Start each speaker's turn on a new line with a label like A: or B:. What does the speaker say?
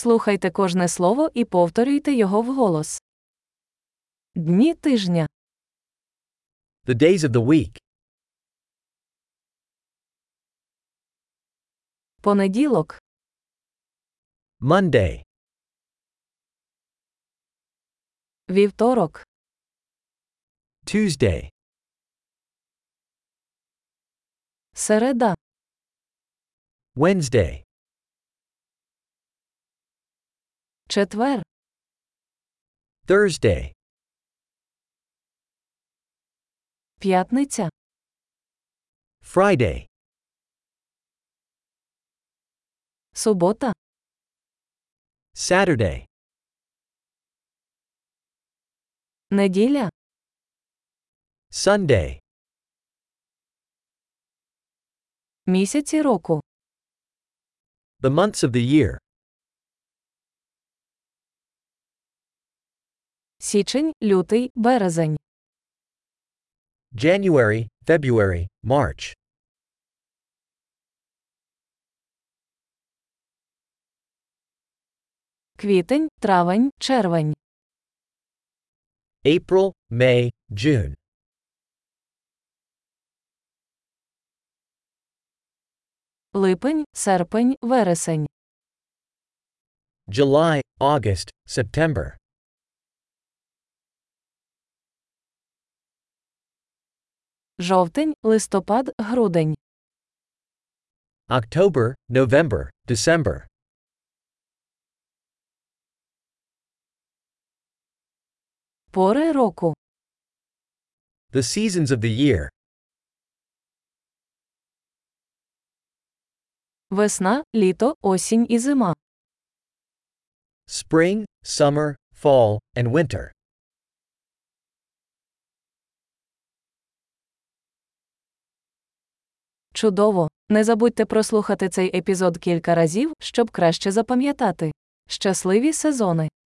A: Слухайте кожне слово і повторюйте його вголос. Дні тижня,
B: The days of the week
A: понеділок,
B: Monday,
A: вівторок,
B: Tuesday,
A: середа,
B: Wednesday,
A: четвер,
B: Thursday,
A: п'ятниця,
B: Friday,
A: субота,
B: Saturday,
A: неділя,
B: Sunday,
A: місяці року,
B: the months of the year
A: січень, лютий, березень,
B: January, February, March,
A: квітень, травень, червень,
B: April, May, June,
A: липень, серпень, вересень,
B: July, August, September,
A: жовтень, листопад, грудень,
B: October, November, December,
A: пори року,
B: the seasons of the year
A: весна, літо, осінь і зима,
B: spring, summer, fall, and winter,
A: Чудово! Не забудьте прослухати цей епізод кілька разів, щоб краще запам'ятати. Щасливі сезони!